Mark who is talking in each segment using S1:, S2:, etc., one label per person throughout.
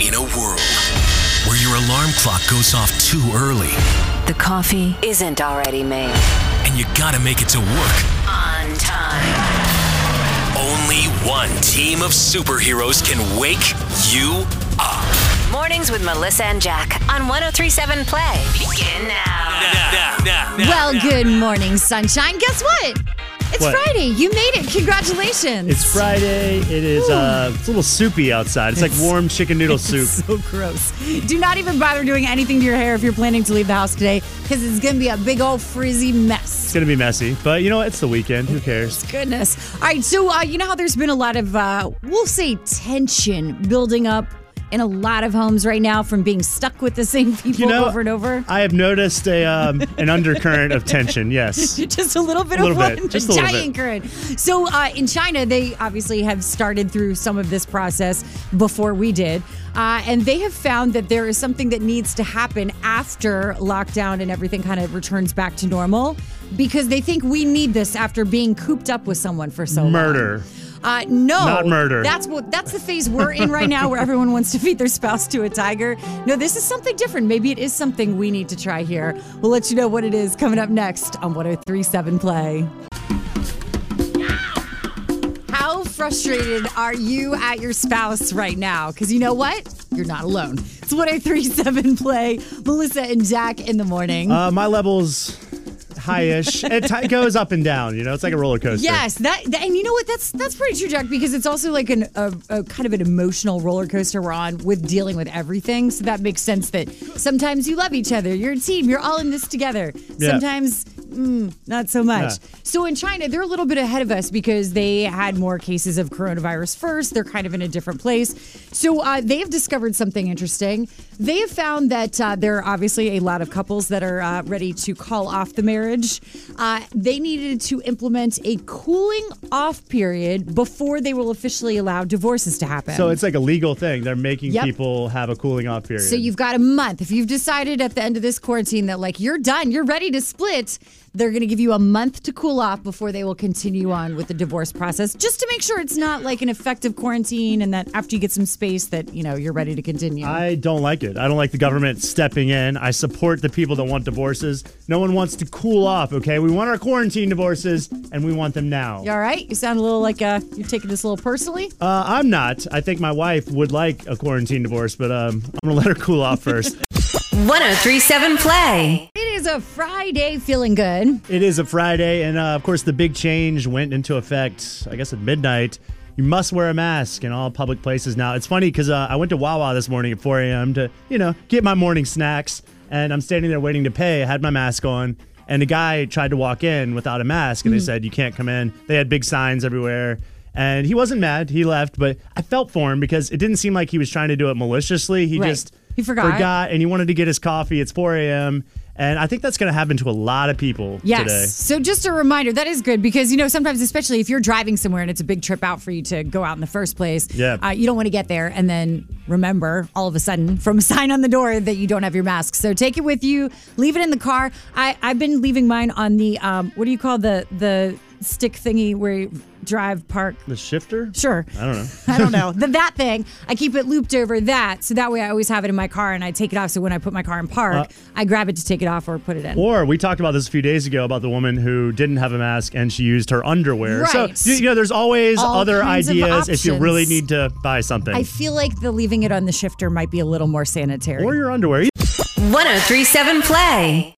S1: in a world where your alarm clock goes off too early
S2: The coffee isn't already made.
S1: and you gotta make it to work,
S2: On time.
S1: only one team of superheroes can wake you up.
S2: Mornings with Melissa and Jack on 1037 Play. Begin now.
S1: Now, now, now,
S3: Well,
S1: now.
S3: good morning, sunshine. Guess what? It's
S4: What?
S3: Friday. You made it. Congratulations.
S4: It's Friday. It is uh, it's a little soupy outside. It's,
S5: It's-
S4: like warm chicken noodle soup.
S5: So gross. Do not even bother doing anything to your hair if you're planning to leave the house today because it's going to be a big old frizzy
S4: It's
S5: mess.
S4: gonna be messy, but you know what? it's the weekend. Who cares?
S5: Goodness. All right. So, uh, you know how there's been a lot of, uh, we'll say, tension building up in a lot of homes right now from being stuck with the same people
S4: You know,
S5: over and over?
S4: I have noticed a um, an undercurrent of tension. Yes.
S5: just a little bit
S4: A
S5: of
S4: little
S5: one,
S4: bit. Just a little
S5: giant
S4: bit.
S5: current. So uh, in China, they obviously have started through some of this process before we did, uh, and they have found that there is something that needs to happen after lockdown and everything kind of returns back to normal, because they think we need this after being cooped up with someone for so long.
S4: Murder.
S5: Uh, no,
S4: Not murder.
S5: That's what. That's the phase we're in right now, where everyone wants to feed their spouse to a tiger. No, this is something different. Maybe it is something we need to try here. We'll let you know what it is coming up next on 103.7 Play. How frustrated are you at your spouse right now? Because you know what? You're not alone. It's 103.7 Play. Melissa and Jack in the morning.
S4: Uh, my levels high-ish. It ti goes up and down. You know, it's like a roller coaster.
S5: Yes, that, that- and you know what? That's that's pretty true, Jack, because it's also like an, a, a kind of an emotional roller coaster we're on with dealing with everything. So that makes sense that sometimes you love each other, you're a team, you're all in this together.
S4: Yeah.
S5: Sometimes. Mm, not so much.
S4: Yeah.
S5: So in China, they're a little bit ahead of us because they had more cases of coronavirus first. They're kind of in a different place. So uh, they have discovered something interesting. They have found that uh, there are obviously a lot of couples that are uh, ready to call off the marriage. Uh, they needed to implement a cooling off period before they will officially allow divorces to happen.
S4: So it's like a legal thing. They're making
S5: Yep.
S4: people have a cooling off period.
S5: So you've got a month. If you've decided at the end of this quarantine that like you're done, you're ready to split, they're going to give you a month to cool off before they will continue on with the divorce process, just to make sure it's not like an effective quarantine and that after you get some space that, you know, you're ready to continue.
S4: I don't like it. I don't like the government stepping in. I support the people that want divorces. No one wants to cool off, okay? We want our quarantine divorces and we want them now.
S5: you all right? You sound a little like uh, you're taking this a little personally.
S4: Uh, I'm not. I think my wife would like a quarantine divorce, but um, I'm gonna let her cool off first.
S2: 1037 Play.
S5: It is a Friday feeling good.
S4: it is a Friday, and uh, of course, the big change went into effect. I guess at midnight, you must wear a mask in all public places now. It's funny because uh, I went to Wawa this morning at 4 a.m. to you know get my morning snacks, and I'm standing there waiting to pay. I had my mask on. And a guy tried to walk in without a mask,
S5: Hmm.
S4: and they said, You can't come in. They had big signs everywhere. And he wasn't mad. He left, but I felt for him because it didn't seem like he was trying to do it maliciously. He
S5: Right.
S4: just
S5: He forgot.
S4: forgot, and he wanted to get his coffee. It's 4 a.m. And I think that's going to happen to a lot of people
S5: Yes.
S4: today.
S5: So just a reminder, that is good because you know sometimes, especially if you're driving somewhere and it's a big trip out for you to go out in the first place,
S4: Yeah.
S5: uh, you don't want to get there and then remember all of a sudden from a sign on the door that you don't have your mask. So take it with you, leave it in the car. I I've been leaving mine on the um what do you call the the stick thingy where you drive park
S4: The shifter?
S5: Sure.
S4: I don't know.
S5: I don't know. The, that thing, I keep it looped over that. So that way I always have it in my car and I take it off. So when I put my car in park,
S4: Uh,
S5: I grab it to take it off or put it in.
S4: Or we talked about this a few days ago about the woman who didn't have a mask and she used her underwear.
S5: Right.
S4: So you, you know, there's always
S5: All
S4: other
S5: kinds of
S4: ideas if you really
S5: options.
S4: need to buy something.
S5: I feel like the leaving it on the shifter might be a little more sanitary.
S4: or your underwear.
S2: 1037 Play.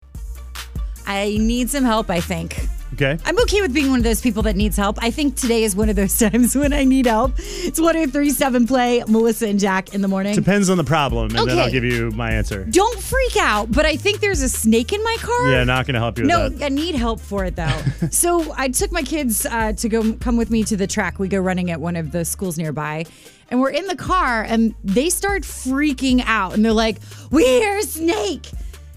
S5: I need some help, I think.
S4: Okay.
S5: I'm okay with being one of those people that needs help. I think today is one of those times when I need help. It's 1037 Play, Melissa and Jack in the morning.
S4: Depends on the problem, and then I'll
S5: Okay.
S4: give you my answer.
S5: Don't freak out, but I think there's a snake in my car.
S4: Yeah, not going to help you
S5: No,
S4: with that.
S5: I need help for it though. so I took my kids uh, to go come with me to the track. We go running at one of the schools nearby, and we're in the car, and they start freaking out, and they're like, "We hear a snake!"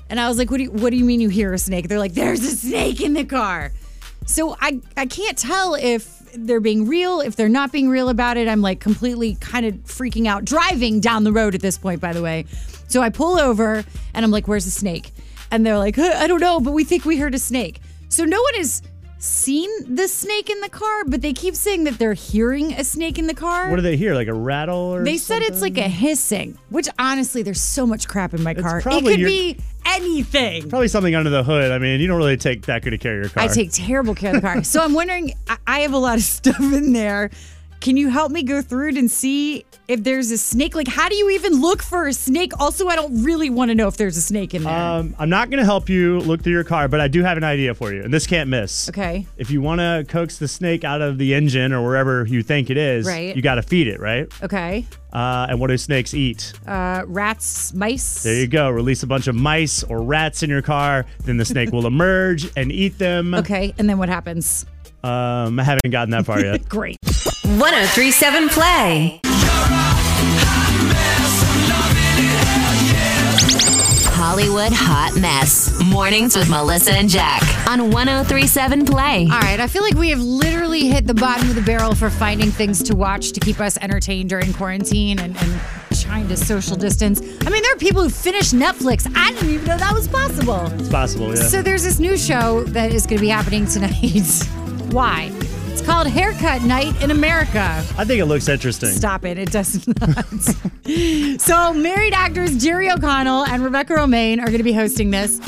S5: And I was like, "What do you What do you mean you hear a snake?" They're like, "There's a snake in the car." So I I can't tell if they're being real, if they're not being real about it. I'm like completely kind of freaking out driving down the road at this point, by the way. So I pull over and I'm like, where's the snake? And they're like, "Huh, I don't know, but we think we heard a snake. So no one is seen the snake in the car, but they keep saying that they're hearing a snake in the car.
S4: What do they hear? Like a rattle or
S5: They said it's like a hissing, which honestly, there's so much crap in my car. It
S4: probably
S5: could
S4: your-
S5: be anything.
S4: probably something under the hood. I mean, you don't really take that good of care of your car.
S5: I take terrible care of the car. so I'm wondering, I, I have a lot of stuff in there. Can you help me go through it and see if there's a snake? Like, how do you even look for a snake? Also, I don't really want to know if there's a snake in there.
S4: Um, I'm not going to help you look through your car, but I do have an idea for you, and this can't miss.
S5: Okay.
S4: If you want to coax the snake out of the engine or wherever you think it is,
S5: Right.
S4: you got to feed it, right?
S5: okay.
S4: Uh, and what do snakes eat?
S5: Uh, rats, mice.
S4: There you go. Release a bunch of mice or rats in your car, then the snake will emerge and eat them.
S5: Okay. And then what happens?
S4: Um, I haven't gotten that far yet.
S5: Great.
S2: 1037 Play. Hollywood Hot Mess. Mornings with Melissa and Jack on 1037 Play.
S5: All right, I feel like we have literally hit the bottom of the barrel for finding things to watch to keep us entertained during quarantine and, and trying to social distance. I mean, there are people who finish Netflix. I didn't even know that was possible.
S4: It's possible, yeah.
S5: So there's this new show that is going to be happening tonight. Why? It's called Haircut Night in America.
S4: I think it looks interesting.
S5: Stop it. It does not. so, married actors Jerry O'Connell and Rebecca Romaine are going to be hosting this.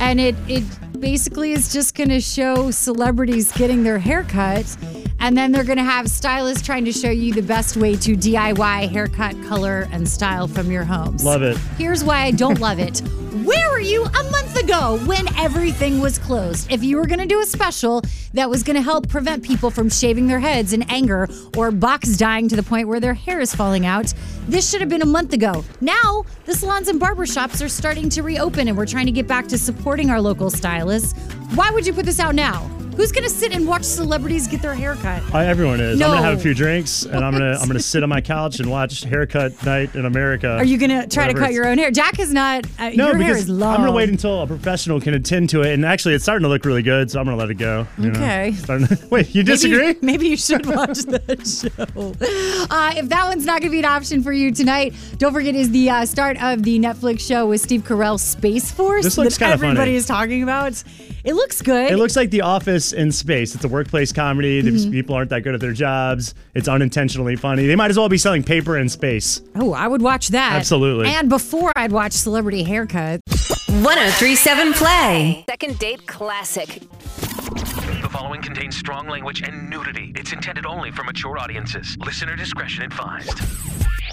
S5: And it, it basically is just going to show celebrities getting their haircut. And then they're going to have stylists trying to show you the best way to DIY haircut, color, and style from your homes.
S4: Love it.
S5: Here's why I don't love it. Where were you a month ago when everything was closed? If you were going to do a special that was going to help prevent people from shaving their heads in anger or box dying to the point where their hair is falling out, this should have been a month ago. Now, the salons and barbershops are starting to reopen and we're trying to get back to supporting our local stylists. Why would you put this out now? Who's going to sit and watch celebrities get their hair cut?
S4: I, everyone is. I'm
S5: No.
S4: gonna have a few drinks and I'm gonna I'm gonna sit on my couch and watch Haircut Night in America.
S5: Are you going to try to cut your own hair? Jack is not. Uh,
S4: No,
S5: your hair
S4: because
S5: is long.
S4: I'm gonna wait until a professional can attend to it. And actually, it's starting to look really good, so I'm gonna let it go. you know.
S5: Okay.
S4: Starting to- wait, you disagree?
S5: Maybe, maybe you should watch that show. Uh, if that one's not going to be an option for you tonight, don't forget is the uh, start of the Netflix show with Steve Carell, Space Force.
S4: This looks
S5: that
S4: kinda funny.
S5: everybody is talking about. It looks good.
S4: It looks like The Office in space. It's a workplace comedy. The
S5: Mm-hmm.
S4: People aren't that good at their jobs. It's unintentionally funny. They might as well be selling paper in space.
S5: oh, I would watch that
S4: Absolutely.
S5: And before I'd watch Celebrity Haircut.
S2: 1037 Play. Second date classic.
S6: The following contains strong language and nudity. It's intended only for mature audiences. Listener discretion advised.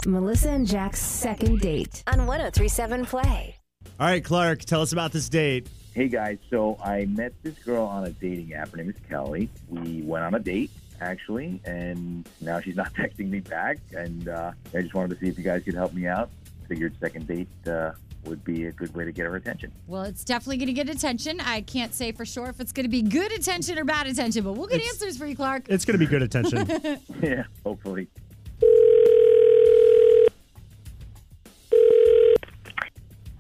S2: Melissa and Jack's second date on 1037 Play.
S4: All right, Clark, tell us about this date.
S7: Hey guys, so I met this girl on a dating app. Her name is Kelly. We went on a date actually, and now she's not texting me back. And uh, I just wanted to see if you guys could help me out. Figured second date uh, would be a good way to get her attention.
S5: Well, it's definitely going to get attention. I can't say for sure if it's going to be good attention or bad attention, but we'll get answers for you, Clark.
S4: It's gonna be good attention.
S7: yeah, hopefully.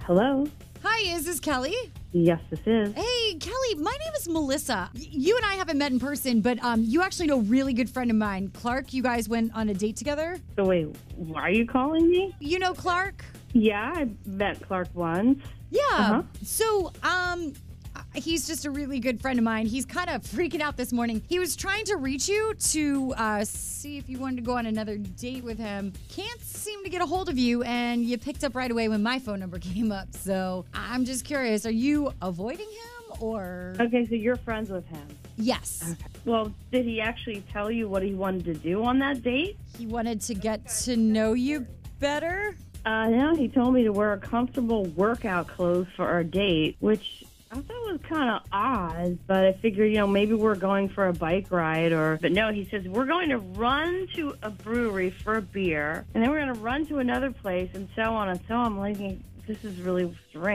S8: Hello.
S5: Hi, is this Kelly?
S8: Yes, this is.
S5: Hey, Kelly, my name is Melissa. Y- You and I haven't met in person, but um, you actually know a really good friend of mine, Clark. You guys went on a date together.
S8: So wait, why are you calling me?
S5: You know Clark?
S8: Yeah, I met Clark once.
S5: Yeah.
S8: Uh-huh.
S5: So, um, uh, he's just a really good friend of mine. He's kind of freaking out this morning. He was trying to reach you to uh, see if you wanted to go on another date with him. Can't seem to get a hold of you, and you picked up right away when my phone number came up. So, I'm just curious: are you avoiding him, or
S8: Okay, so you're friends with him.
S5: yes?
S8: Well, did he actually tell you what he wanted to do on that date?
S5: He wanted to get to know you better.
S8: Uh, no, he told me to wear comfortable workout clothes for our date, which I thought was kind of odd, but I figured, you know, maybe we're going for a bike ride or. But no, he says, we're going to run to a brewery for a beer, and then we're going to run to another place, and so on and so on. I'm like, this is really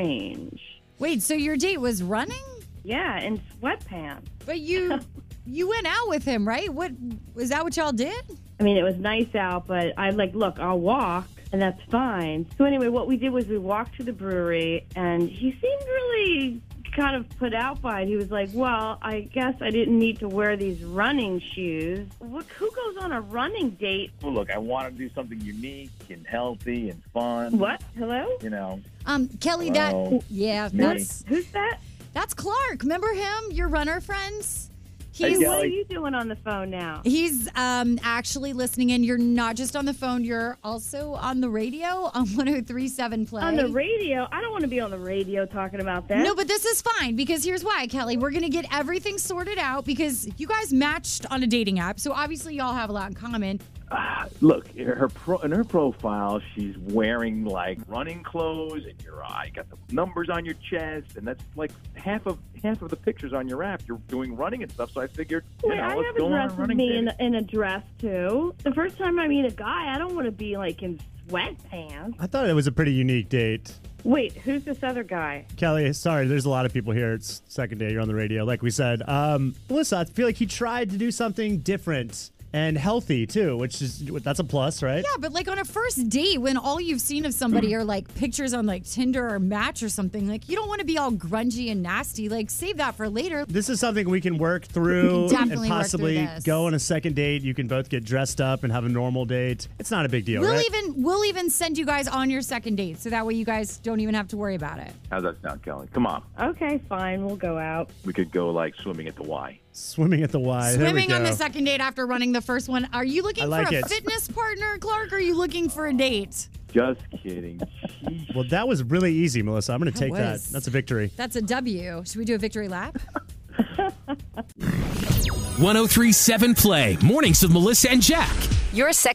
S8: strange.
S5: Wait, so your date was running?
S8: Yeah, in sweatpants.
S5: But you you went out with him, right? What is that what y'all did?
S8: I mean, it was nice out, but I like, look, I'll walk, and that's fine. So anyway, what we did was we walked to the brewery, and he seemed really kind of put out by it. He was like, well, I guess I didn't need to wear these running shoes. What, who goes on a running date?
S7: Well, look, I want to do something unique and healthy and fun.
S8: What? Hello?
S7: You know,
S5: Um, Kelly,
S7: Well,
S5: that yeah,
S7: me.
S5: that's
S8: Who's that?
S5: that's Clark. Remember him, your runner friends? He's
S8: What are
S7: Kelly.
S8: you doing on the phone now?
S5: he's um, actually listening in. You're not just on the phone, you're also on the radio on 1037 Play.
S8: On the radio? I don't want to be on the radio talking about that.
S5: No, but this is fine because here's why, Kelly. We're going to get everything sorted out because you guys matched on a dating app. So obviously, y'all have a lot in common.
S7: Look, her pro, in her profile, she's wearing like running clothes, and your eye got the numbers on your chest, and that's like half of half of the pictures on your app. You're doing running and stuff, so I figured, you
S8: Wait,
S7: know,
S8: I
S7: let's
S8: have
S7: go
S8: a
S7: on a
S8: dress with
S7: running
S8: me in,
S7: date.
S8: in a dress too. The first time I meet a guy, I don't want to be like in sweatpants.
S4: I thought it was a pretty unique date.
S8: Wait, who's this other guy?
S4: Kelly, sorry, there's a lot of people here. It's second day you're on the radio, like we said. Um, Melissa, I feel like he tried to do something different and healthy too, which is that's a plus, right?
S5: Yeah, but like on a first date, when all you've seen of somebody are like pictures on like Tinder or Match or something, like you don't want to be all grungy and nasty. Like save that for later.
S4: This is something we can work through
S5: can
S4: and
S5: definitely work
S4: possibly
S5: through this.
S4: go on a second date. You can both get dressed up and have a normal date. It's not a big deal,
S5: We'll
S4: right?
S5: even we'll even send you guys on your second date, so that way you guys don't even have to worry about it.
S7: How's that sound, Kelly? Come on,
S8: Okay, fine, we'll go out.
S7: we could go like swimming at the Y.
S4: Swimming at the Y. there we
S5: Swimming on
S4: go.
S5: the second date after running the first one. Are you looking
S4: I like
S5: for a
S4: it.
S5: fitness partner, Clark? Or are you looking for a date?
S7: Just kidding. She-
S4: Well, that was really easy, Melissa. I'm going to take that.
S5: was.
S4: That's a victory.
S5: That's a W. Should we do a victory lap?
S1: 1037 Play. Mornings with Melissa and Jack.
S2: Your second.